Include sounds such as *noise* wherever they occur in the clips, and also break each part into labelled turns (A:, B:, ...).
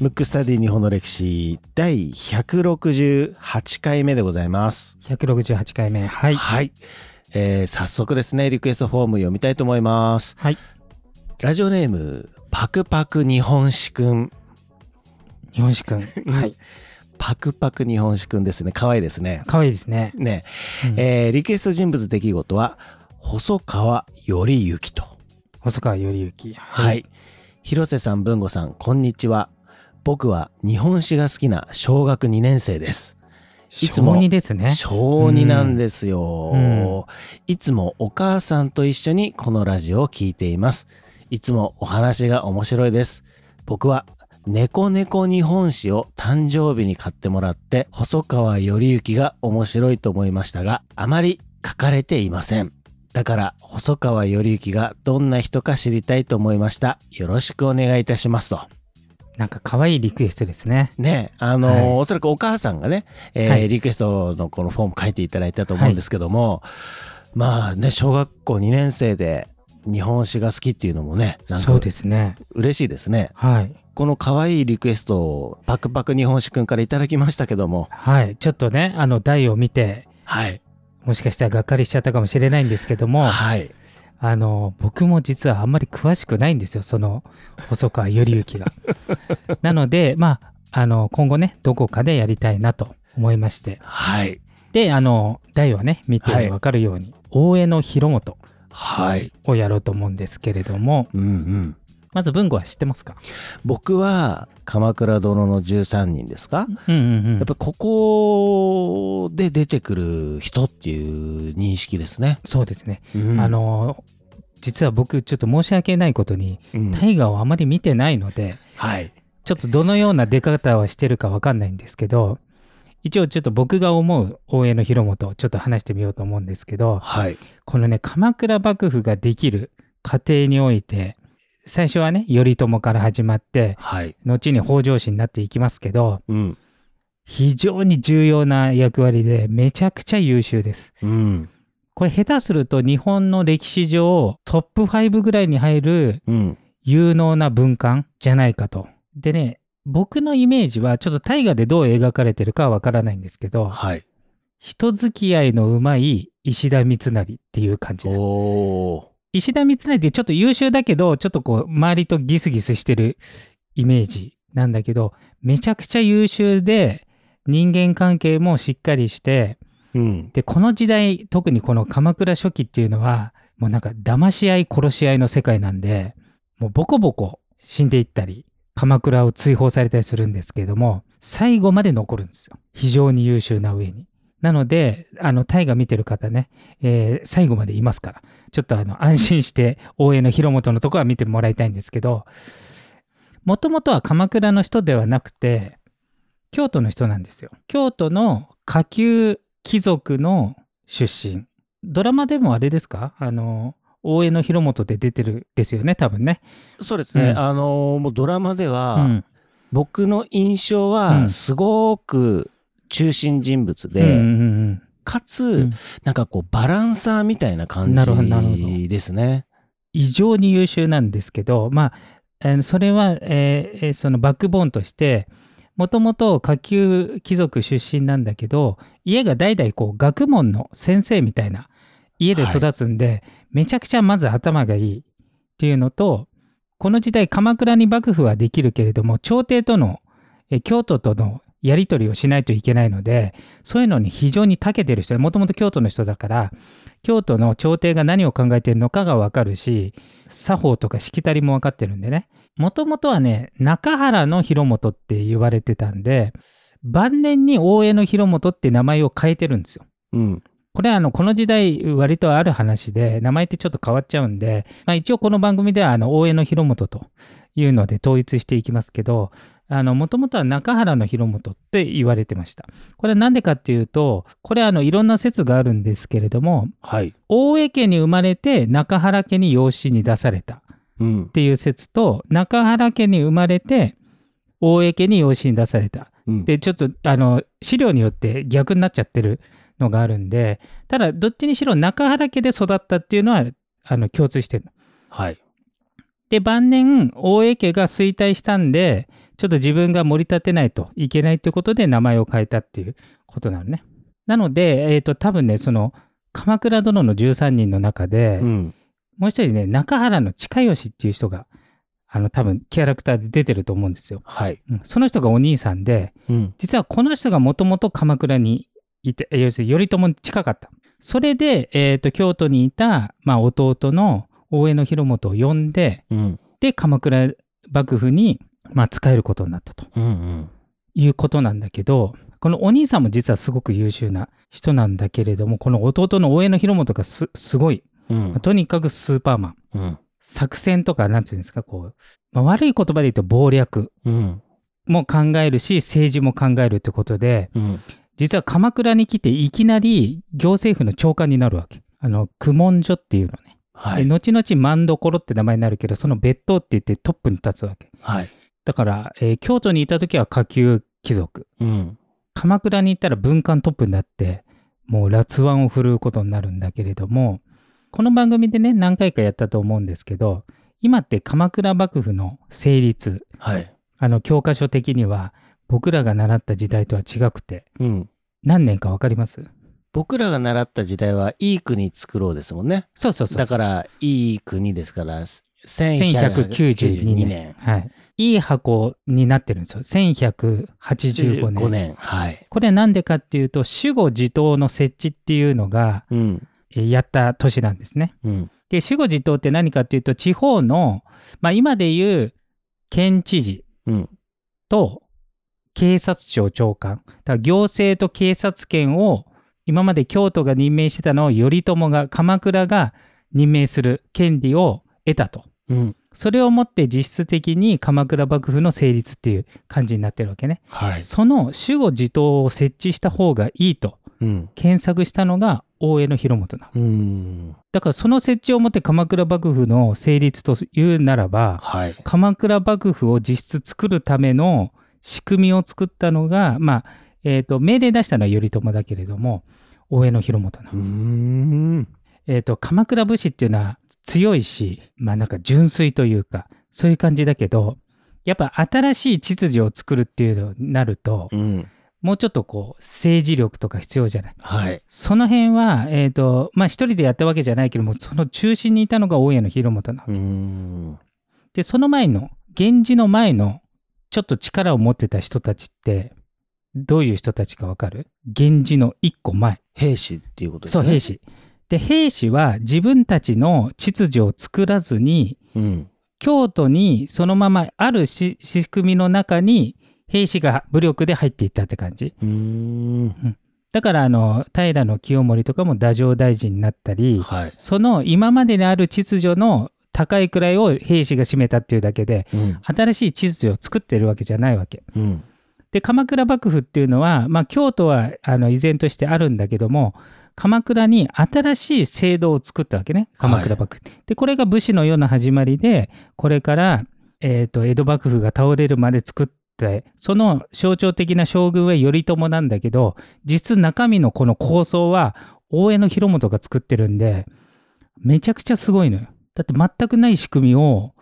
A: ムックスタディ日本の歴史第168回目でございます。
B: 168回目はい
A: はい、えー早速ですねリクエストフォーム読みたいと思います。
B: はい
A: ラジオネームパクパク日本史くん
B: 日本史くんはい
A: パクパク日本史くんですね可愛いですね。
B: 可愛いですね、
A: ね、
B: うん
A: えーリクエスト人物出来事は細川頼之と。
B: 細川頼之
A: はい、広瀬さん文吾さんこんにちは。僕は日本史が好きな小学2年生です。いつも
B: 小二ですね
A: 小2なんですよ、
B: うん
A: いつもお母さんと一緒にこのラジオを聞いていますいつもお話が面白いです僕は猫猫日本史を誕生日に買ってもらって細川頼之が面白いと思いましたがあまり書かれていませんだから細川頼之がどんな人か知りたいと思いましたよろしくお願いいたしますと
B: なんか可愛いリクエストですね
A: ねあの
B: はい
A: おそらくお母さんがね、えー
B: はい
A: リクエストのこのフォーム書いていただいたと思うんですけども、まあね小学校2年生で日本史が好きっていうのもねなん
B: そ
A: か
B: うですね
A: 嬉しいですね
B: はい
A: この可愛いリクエストをパクパク日本史くんからいただきましたけども
B: はいちょっとねあの題を見て
A: はい
B: もしかしたらがっかりしちゃったかもしれないんですけども
A: はい
B: あの僕も実はあんまり詳しくないんですよその細川頼
A: *laughs*
B: 之がなのでまああの今後ねどこかでやりたいなと思いまして
A: はい
B: であの題をね見て
A: はい
B: 分かるように、大江の広元
A: はい
B: をやろうと思うんですけれども
A: うんうん
B: まず文吾は知ってますか
A: 僕は「鎌倉殿の13人」ですか、
B: うんうんうん
A: やっぱここで出てくる人っていう認識ですね。
B: そうですね、
A: うん
B: あ、の実は僕ちょっと申し訳ないことに
A: うん
B: 大河をあまり見てないので
A: はい。
B: ちょっとどのような出方をしてるか分かんないんですけど一応ちょっと僕が思う大江の広元をちょっと話してみようと思うんですけど
A: はい。
B: このね鎌倉幕府ができる過程において最初はね頼朝から始まって
A: はい。
B: 後に北条氏になっていきますけど
A: うん。
B: 非常に重要な役割でめちゃくちゃ優秀です。
A: うん。
B: これ下手すると日本の歴史上トップ5ぐらいに入る
A: うん。
B: 有能な文官じゃないかと。でね僕のイメージはちょっと大河でどう描かれてるかはわからないんですけど
A: はい。
B: 人付き合いのうまい石田三成っていう感じ
A: おお
B: 石田三成ってちょっと優秀だけどちょっとこう周りとギスギスしてるイメージなんだけどめちゃくちゃ優秀で人間関係もしっかりして
A: ー。うん。
B: でこの時代特にこの鎌倉初期っていうのはもうなんか騙し合い殺し合いの世界なんでもうボコボコ死んでいったり鎌倉を追放されたりするんですけれども最後まで残るんですよ非常に優秀な上になのであの大河見てる方ね、えー最後までいますからちょっとあの安心して大江の広元のところは見てもらいたいんですけどもともとは鎌倉の人ではなくて京都の人なんですよ京都の下級貴族の出身ドラマでもあれですかあの大江の広元で出てるですよね多分ね、
A: そうですね。
B: うん
A: あのーもうドラマでは、
B: うん
A: 僕の印象
B: う
A: は、
B: ん
A: すごく中心人物で、
B: うんうんうん
A: かつ、
B: ん
A: なんかこう、バランサーみたいな感
B: なるほどなるほど
A: じですね。
B: 異常に優秀なんですけどまあえーそれは、えーえーそのバックボーンとしてもともと下級貴族出身なんだけど家が代々こう学問の先生みたいな家で育つんで、めちゃくちゃまず頭がいいっていうのとこの時代鎌倉に幕府はできるけれども朝廷との、えー京都とのやり取りをしないといけないのでそういうのに非常に長けてる人もともと京都の人だから京都の朝廷が何を考えているのかがわかるし作法とかしきたりも分かってるんでねもともとはね中原の広元って言われてたんで晩年に大江の広元って名前を変えてるんですよ。
A: うん。
B: これはあのこの時代割とある話で名前ってちょっと変わっちゃうんで、まあ、一応この番組ではあの大江の広元というので統一していきますけどもともとは中原の広元って言われてました。これは何でかっていうとこれはあのいろんな説があるんですけれども
A: はい。
B: 大江家に生まれて中原家に養子に出されたっ
A: うん。
B: ていう説と中原家に生まれて大江家に養子に出された
A: うん、
B: でちょっとあの資料によって逆になっちゃってるのがあるんでただどっちにしろ中原家で育ったっていうのはあの共通してる
A: はい。
B: で晩年大江家が衰退したんでちょっと自分が盛り立てないといけないということで名前を変えたっていうことなのね。なので、えー、と多分ねその「鎌倉殿の13人」の中で、
A: うん。
B: もう一人ね中原の近吉っていう人があの多分キャラクターで出てると思うんですよ。
A: はい。
B: うんその人がお兄さんで
A: うん。
B: 実はこの人がもともと鎌倉にいてえ要するに頼朝に近かった。それで、えー、と京都にいた、まあ、弟の大江の広元を呼んで
A: うん。
B: で鎌倉幕府に、まあ、仕えることになったと
A: うん。うん。
B: いうことなんだけどこのお兄さんも実はすごく優秀な人なんだけれどもこの弟の大江の広元がすすごい、
A: うん
B: まあ。とにかくスーパーマン
A: うん。
B: 作戦とかなんていうんですかこう、まあ、悪い言葉で言うと謀略
A: うん。
B: も考えるし政治も考えるってことで
A: うん。
B: 実は鎌倉に来ていきなり行政府の長官になるわけ。あの公文書っていうのね、
A: は
B: で
A: い。
B: 後々万所って名前になるけどその別当って言ってトップに立つわけ
A: はい。
B: だから、えー京都にいた時は下級貴族
A: うん。
B: 鎌倉に行ったら文官トップになってもう辣腕を振るうことになるんだけれどもこの番組でね何回かやったと思うんですけど今って鎌倉幕府の成立
A: はい。
B: あの教科書的には僕らが習った時代とは違くて
A: うん。
B: 何年か分かります
A: 僕らが習った時代はいい国作ろうですもんね。
B: そうそうそうそう
A: だから、いい国ですから、
B: 1192
A: 1192
B: 年
A: 年。
B: はい、いい箱になってるんですよ1185
A: 15
B: 年
A: 年。はい。
B: これなんでかっていうと守護地頭の設置っていうのが
A: うん。
B: えーやった年なんですね
A: うん。
B: で守護自党って何かっていうと地方の、まあ、今でいう県知事
A: うん。
B: と警察庁長官だから行政と警察権を今まで京都が任命してたのを頼朝が鎌倉が任命する権利を得たと
A: うん。
B: それをもって実質的に鎌倉幕府の成立っていう感じになってるわけね
A: はい。
B: その守護自党を設置した方がいいと
A: うん。
B: 検索したのが大江の広元なの
A: うん。
B: だからその設置をもって鎌倉幕府の成立というならば
A: はい。
B: 鎌倉幕府を実質作るための仕組みを作ったのが、まあえーと命令出したのは頼朝だけれども大江の広元な
A: うーん。
B: えーと鎌倉武士っていうのは強いしまあなんか純粋というかそういう感じだけどやっぱ新しい秩序を作るっていうのになると
A: うん。
B: もうちょっとこう政治力とか必要じゃない
A: はい。
B: その辺は、えっ、と、まあ、一人でやったわけじゃないけども、その中心にいたのが大家の広元なわ
A: う
B: け。
A: ーん。
B: で、その前の、源氏の前の、ちょっと力を持ってた人たちって、どういう人たちかわかる源氏の一個前。
A: 兵士っていうことです
B: そう、
A: ね。
B: 兵。士。で、兵士は自分たちの秩序を作らずに、
A: うん。
B: 京都にそのままあるし仕組みの中に、兵士が武力で入っていったって感じ。
A: うーん。
B: だから、あの、平清盛とかも太政大臣になったり、
A: はい。
B: その今までにある秩序の高い位を兵士が占めたっていうだけで
A: うん。
B: 新しい秩序を作ってるわけじゃないわけ。
A: うん。
B: で鎌倉幕府っていうのは、まあ、京都はあの依然としてあるんだけども鎌倉に新しい制度を作ったわけね鎌倉幕府。でこれが武士の世の始まりでこれから、えーと江戸幕府が倒れるまで作ってその象徴的な将軍は頼朝なんだけど実質中身のこの構想は大江の広元が作ってるんでめちゃくちゃすごいのよ。だって全くない仕組みを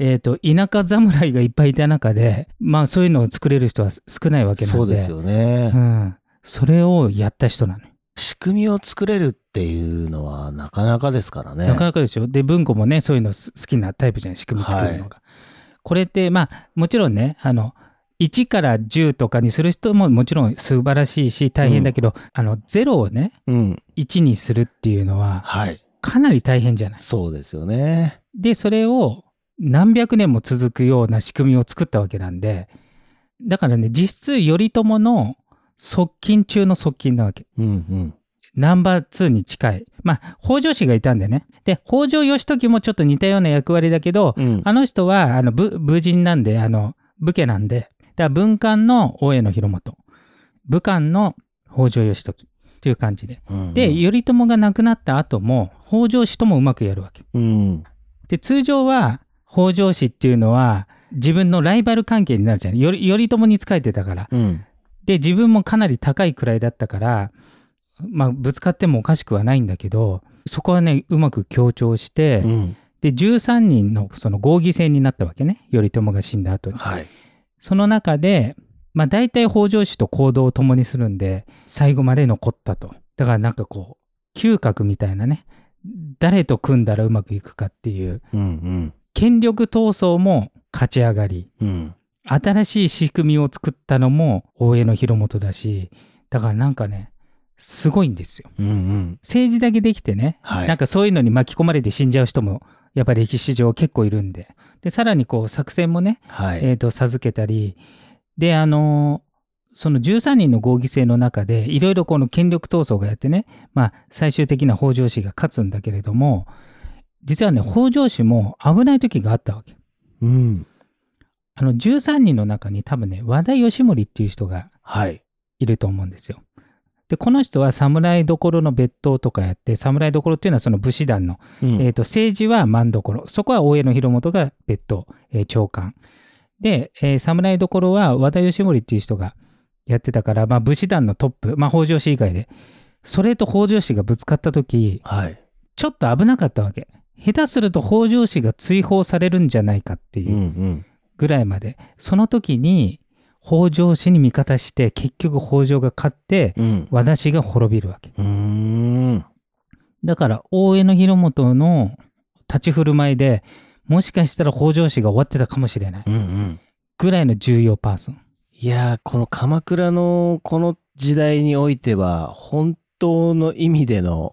B: えー、と田舎侍がいっぱいいた中で、まあ、そういうのを作れる人は少ないわけなんで
A: そうです、よね。
B: うん、それをやった人なのよ、
A: 仕組みを作れるっていうのはなかなかですからね。
B: なかなかでしょで文庫もねそういうのす好きなタイプじゃない仕組み作るのが、これってまあもちろんねあの1から10とかにする人ももちろん素晴らしいし大変だけど、あの0をね
A: うん。
B: 1にするっていうのは
A: はい。
B: かなり大変じゃない
A: そうですよね。
B: でそれを何百年も続くような仕組みを作ったわけなんでだからね実質頼朝の側近中の側近なわけ
A: うん
B: ナンバー2に近いまあ北条氏がいたんでねで北条義時もちょっと似たような役割だけど
A: うん。うん。
B: あの人はあの武武人なんであの武家なんでだから文官の大江の広元武官の北条義時っていう感じで
A: うん
B: で、頼朝が亡くなった後も北条氏ともうまくやるわけ
A: うん。
B: で通常は北条氏っていうのは自分のライバル関係になるじゃんより頼朝に仕えてたから
A: うん。
B: で自分もかなり高い位だったから、まあ、ぶつかってもおかしくはないんだけどそこはねうまく強調して、
A: うん。
B: で13人のその合議制になったわけね頼朝が死んだ後に。
A: はい。
B: その中で、まあ、大体北条氏と行動を共にするんで最後まで残ったとだからなんかこう嗅覚みたいなね誰と組んだらうまくいくかっていう
A: うん
B: 権力闘争も勝ち上がり
A: うん。うん。
B: 新しい仕組みを作ったのも大江の広元だしだからなんかねすごいんですよ
A: うんうん。
B: 政治だけできてね
A: はい。
B: なんかそういうのに巻き込まれて死んじゃう人もやっぱり歴史上結構いるんででさらにこう作戦もね、
A: はい。
B: えー、と授けたりであのーその13人の合議制の中でいろいろこの権力闘争がやってね、まあ、最終的な北条氏が勝つんだけれども実はね北条氏も危ない時があったわけ。
A: うん。
B: あの13人の中に多分ね和田義盛っていう人が
A: はい。
B: いると思うんですよ。でこの人は侍どころの別当とかやって侍どころっていうのはその武士団の
A: うん
B: えー、と政治は万所そこは大江の広元が別当、えー長官で、えー侍どころは和田義盛っていう人がやってたから、まあ、武士団のトップ、まあ、北条氏以外でそれと北条氏がぶつかった時
A: はい。
B: ちょっと危なかったわけ下手すると北条氏が追放されるんじゃないかって
A: う
B: い
A: んう。
B: うんぐらいまで、その時に北条氏に味方して結局北条が勝って
A: うん。
B: 和田氏が滅びるわけ
A: うーん。
B: だから大江の広元の立ち振る舞いでもしかしたら北条氏が終わってたかもしれない
A: うんうん。
B: ぐらいの重要パーソン。
A: いやー、この鎌倉のこの時代においては、本当の意味での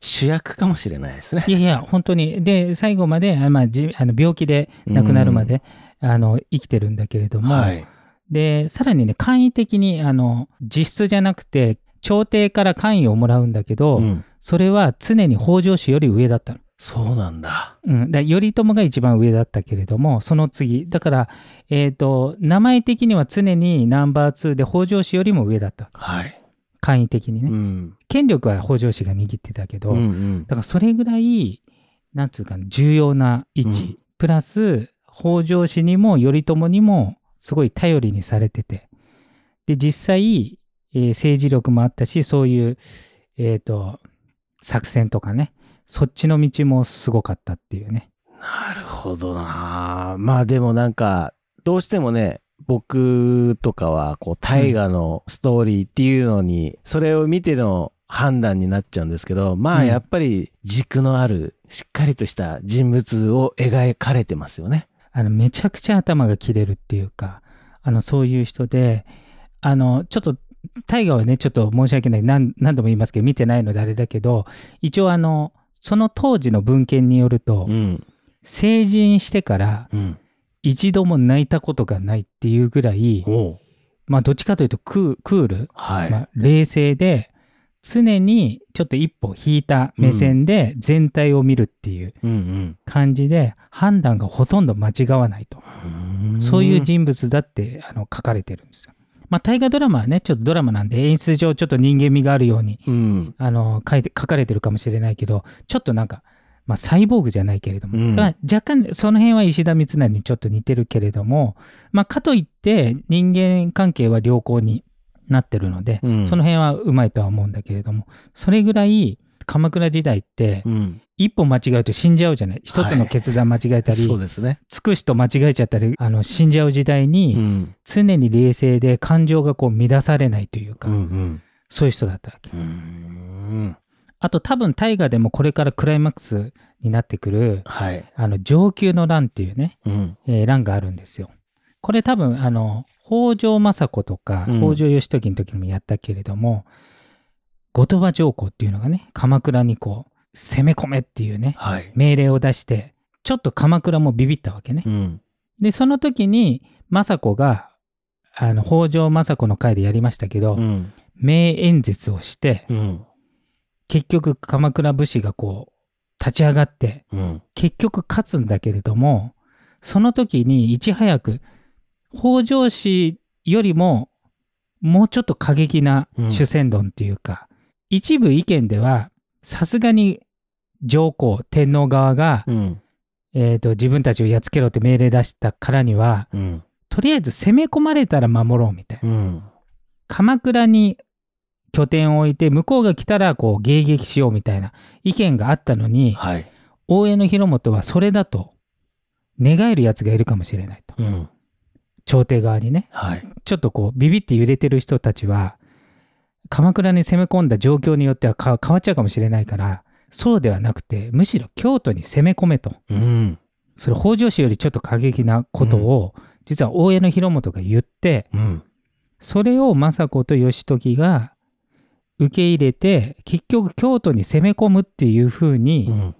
A: 主役かもしれないですね
B: い。やいや本当にで最後まで、あまあ、じあの病気で亡くなるまで、あの生きてるんだけれども、
A: はい。
B: でさらにね簡易的にあの実質じゃなくて朝廷から官位をもらうんだけど、
A: うん
B: それは常に北条氏より上だったの。
A: そうなんだ。
B: うん、だ頼朝が一番上だったけれどもその次だから、えー、と名前的には常にナンバー2で北条氏よりも上だった
A: はい。
B: 簡易的にね、
A: うん。
B: 権力は北条氏が握ってたけど、
A: うんう
B: だ
A: ん。
B: からそれぐらいなんつうかな重要な位置、
A: うん
B: プラス北条氏にも頼朝にもすごい頼りにされててで実際、えー政治力もあったしそういう、えー、と作戦とかねそっちの道もすごかったっていうね。
A: なるほどな。まあでもなんか、どうしてもね、僕とかは、こう、大河のストーリーっていうのに、それを見ての判断になっちゃうんですけど、ま
B: う
A: あ
B: ん
A: やっぱり軸のある、しっかりとした人物を描かれてますよね。
B: あのめちゃくちゃ頭が切れるっていうかあのそういう人であのちょっと大河はねちょっと申し訳ない何何度も言いますけど見てないのであれだけど一応あのその当時の文献によると、
A: ん。
B: 成人してから
A: うん。
B: 一度も泣いたことがないっていうぐらい、
A: おう
B: まあどっちかというとクークール、
A: はい。
B: まあ、冷静で常にちょっと一歩引いた目線で全体を見るっていう
A: うん
B: 感じで、判断がほとんど間違わないと。
A: うん。
B: そういう人物だってあの書かれてるんですよ。まあ、大河ドラマはね、ちょっとドラマなんで演出上ちょっと人間味があるように
A: うん。
B: あの書いて書かれてるかもしれないけど、ちょっとなんか、まあ、サイボーグじゃないけれども、
A: うん
B: まあ、若干その辺は石田三成にちょっと似てるけれども、まあ、かといって人間関係は良好になってるので、
A: うん
B: その辺はうまいとは思うんだけれども、それぐらい鎌倉時代って
A: うん。
B: 一歩間違えると死んじゃうじゃない。一つの決断間違えたり、
A: そうですね。
B: 尽くしと間違えちゃったりあの死んじゃう時代に、
A: うん。
B: 常に冷静で感情がこう乱されないという
A: う
B: か、
A: ん
B: そういう人だったわけ
A: うん。うん。
B: あと多分大河でもこれからクライマックスになってくる
A: はい。
B: あの上級の乱っていうね、
A: うん。
B: えー乱があるんですよこれ多分あの北条政子とか
A: うん
B: 北条義時の時にもやったけれども、後鳥羽上皇っていうのがね鎌倉にこう攻め込めっていうね
A: はい。
B: 命令を出してちょっと鎌倉もビビったわけね、
A: うん。
B: でその時に政子があの北条政子の回でやりましたけど、
A: うん。
B: 名演説をして
A: うん。
B: 結局鎌倉武士がこう立ち上がって
A: うん。
B: 結局勝つんだけれどもその時にいち早く北条氏よりももうちょっと過激な主戦論というか、一部意見ではさすがに上皇天皇側が、
A: うん。
B: えーと自分たちをやっつけろって命令出したからには、
A: うん。
B: とりあえず攻め込まれたら守ろうみたいな。
A: うん。
B: 鎌倉に拠点を置いて向こうが来たらこう迎撃しようみたいな意見があったのに
A: はい。
B: 大江の広元はそれだと願えるやつがいるかもしれないと
A: うん。
B: 朝廷側にね
A: はい。
B: ちょっとこうビビって揺れてる人たちは鎌倉に攻め込んだ状況によってはか変わっちゃうかもしれないからそうではなくてむしろ京都に攻め込めと
A: うん。
B: それ北条氏よりちょっと過激なことを、実は大江の広元が言って
A: うん。
B: それを政子と義時が受け入れて結局京都に攻め込むっていう風
A: う
B: に
A: ん。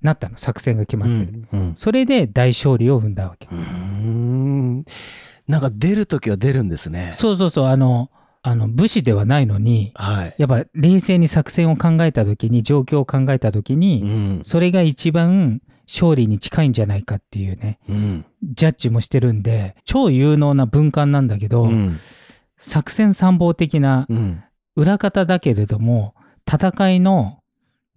B: なったの作戦が決ま
A: う
B: ってる、
A: ん。うん。
B: それで大勝利を生んだわけ、
A: うん。なんか出るときは出るんですね。
B: そうそうそうあのあの武士ではないのに
A: はい。
B: やっぱ冷静に作戦を考えた時に状況を考えた時
A: う
B: に、
A: ん。
B: それが一番勝利に近いんじゃないかっていうね
A: うん。
B: ジャッジもしてるんで超有能な文官なんだけど、
A: うん。
B: 作戦参謀的な
A: うん。
B: 裏方だけれども戦いの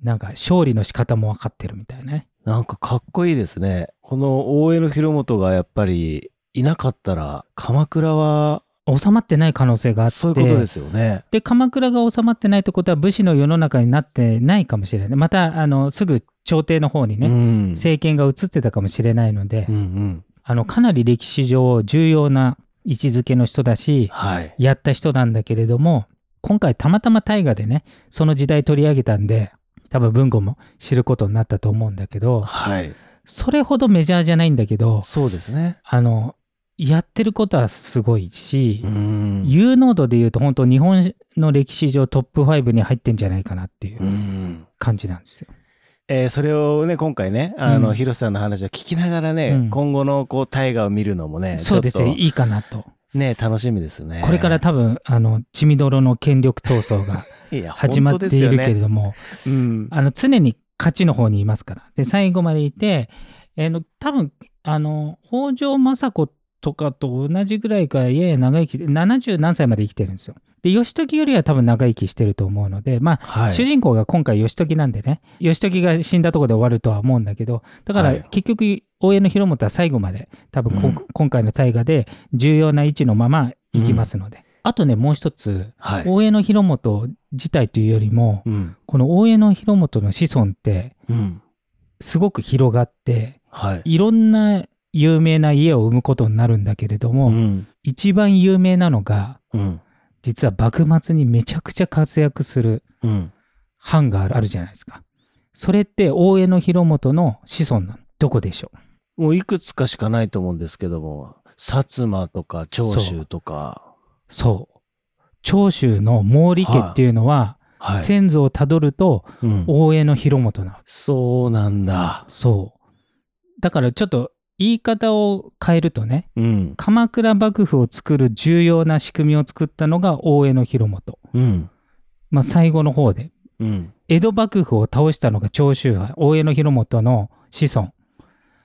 B: なんか勝利の仕方も分かってるみたいなね
A: なんかかっこいいですね。この大江の広元がやっぱりいなかったら、鎌倉は
B: 収まってない可能性があって
A: そういうことですよね。
B: で鎌倉が収まってないってことは武士の世の中になってないかもしれないまたあのすぐ朝廷の方にね、
A: うん。
B: 政権が移ってたかもしれないので、
A: うんうん。
B: あのかなり歴史上重要な位置づけの人だし
A: はい。
B: やった人なんだけれども今回たまたま大河でねその時代取り上げたんで多分文庫も知ることになったと思うんだけど
A: はい。
B: それほどメジャーじゃないんだけど
A: そうですね。
B: あのやってることはすごいし、
A: うん。。
B: 有能度で言うと本当日本の歴史上トップ5に入ってんじゃないかなっていううん感じなんですよ。
A: えーそれをね今回ねあの、
B: うん
A: 広瀬さんの話を聞きながらね、
B: うん
A: 今後のこう大河を見るのもね
B: そうですね
A: ちょっ
B: いいかなと。
A: とね楽しみですね
B: これから多分あの血みどろの権力闘争が
A: いや
B: 始まっているけれ
A: 本
B: ども、
A: 当ですよねうん
B: あの常に勝ちの方にいますから。で最後までいて、えーの多分あの北条政子とかと同じぐらいかやや長生きで70何歳まで生きてるんですよ。で義時よりは多分長生きしてると思うのでまあ
A: はい
B: 主人公が今回義時なんでね義時が死んだところで終わるとは思うんだけどだか
A: は
B: ら
A: い
B: 結局大江の広元は最後まで多分こ、
A: うん
B: 今回の大河で重要な位置のままいきますので、あとねもう一つ、
A: はい、
B: 大江の広元自体というよりも
A: うん
B: この大江の広元の子孫って
A: うん
B: すごく広がって
A: はい
B: いろんな有名な家を生むことになるんだけれども、
A: うん
B: 一番有名なのが
A: うん
B: 実は幕末にめちゃくちゃ活躍する
A: うん
B: 藩があるじゃないですか。それって大江の広元の子孫なの。どこでしょう
A: もういくつかしかないと思うんですけども薩摩とか長州とか
B: そう。長州の毛利家っていうのは、
A: はい、
B: 先祖をたどると
A: うん
B: 大江の広元なわけ。
A: そうなんだ
B: そう。だからちょっと言い方を変えるとね、
A: うん
B: 鎌倉幕府を作る重要な仕組みを作ったのが大江の広元。
A: うん
B: まあ最後の方で。
A: うん
B: 江戸幕府を倒したのが長州藩大江の広元の子孫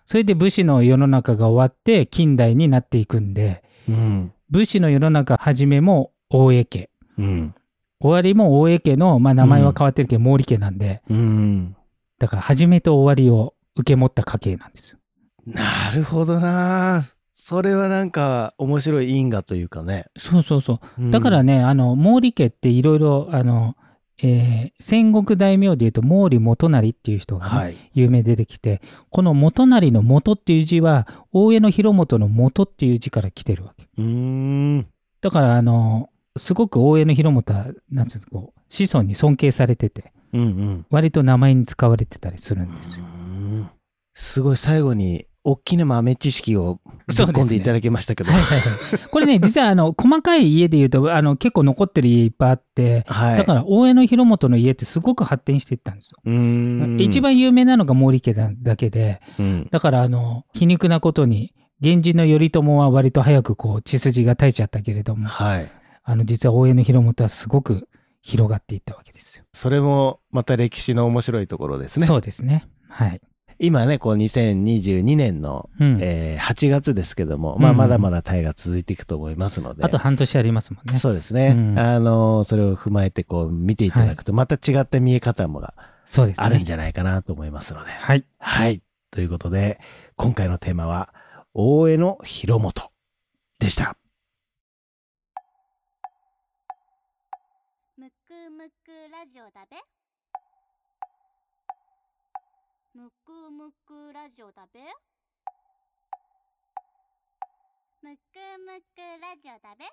B: それで武士の世の中が終わって近代になっていくんで
A: うん
B: 武士の世の中始めも大江家
A: うん
B: 終わりも大江家の、まあ、名前は変わってるけど毛利家なんで、
A: うん
B: だから始めと終わりを受け持った家系なんですよ。
A: なるほどなそれはなんか面白い因果というかね
B: そうそうそう
A: うん
B: だからね、あの毛利家っていろいろあの、えー戦国大名でいうと毛利元就っていう人が、ね
A: はい。
B: 有名出てきてこの元就の元っていう字は大江の広元の元っていう字から来てるわけ
A: うーん。
B: だからあのすごく大江の広元はなんつうのこう子孫に尊敬されてて
A: うんうん。
B: 割と名前に使われてたりするんですよ
A: すごい最後に大きな豆知識をぶ
B: そ
A: っ
B: うですね
A: 込んでいただきましたけど。
B: はいはいはいこ
A: *laughs*
B: れね実はあの細かい家でいうとあの結構残ってる家いっぱいあって
A: はい。
B: だから大江の広元の家ってすごく発展していったんですよ
A: うーん
B: 一、番有名なのが毛利家なだけで
A: うん
B: だからあの皮肉なことに源氏の頼朝は割と早くこう血筋が絶えちゃったけれども
A: はい。
B: あの実は大江の広元はすごく広がっていったわけですよ。
A: それもまた歴史の面白いところですね。
B: そうですね。はい。
A: 今ね、こう2022年の、
B: うん
A: えー8月ですけども、まあ
B: うん
A: まだまだタイが続いていくと思いますので。
B: あと半年ありますもんね。そ
A: そうですね。
B: うん
A: あのそれを踏まえてこう見ていただくと、また違った見え方もが
B: うですね。
A: あるんじゃないかなと思いますので。
B: はい。
A: はい。ということで、今回のテーマは、大江の広元でした。
C: むくむくラジオだべむくむくラジオだべむくむくラジオだべ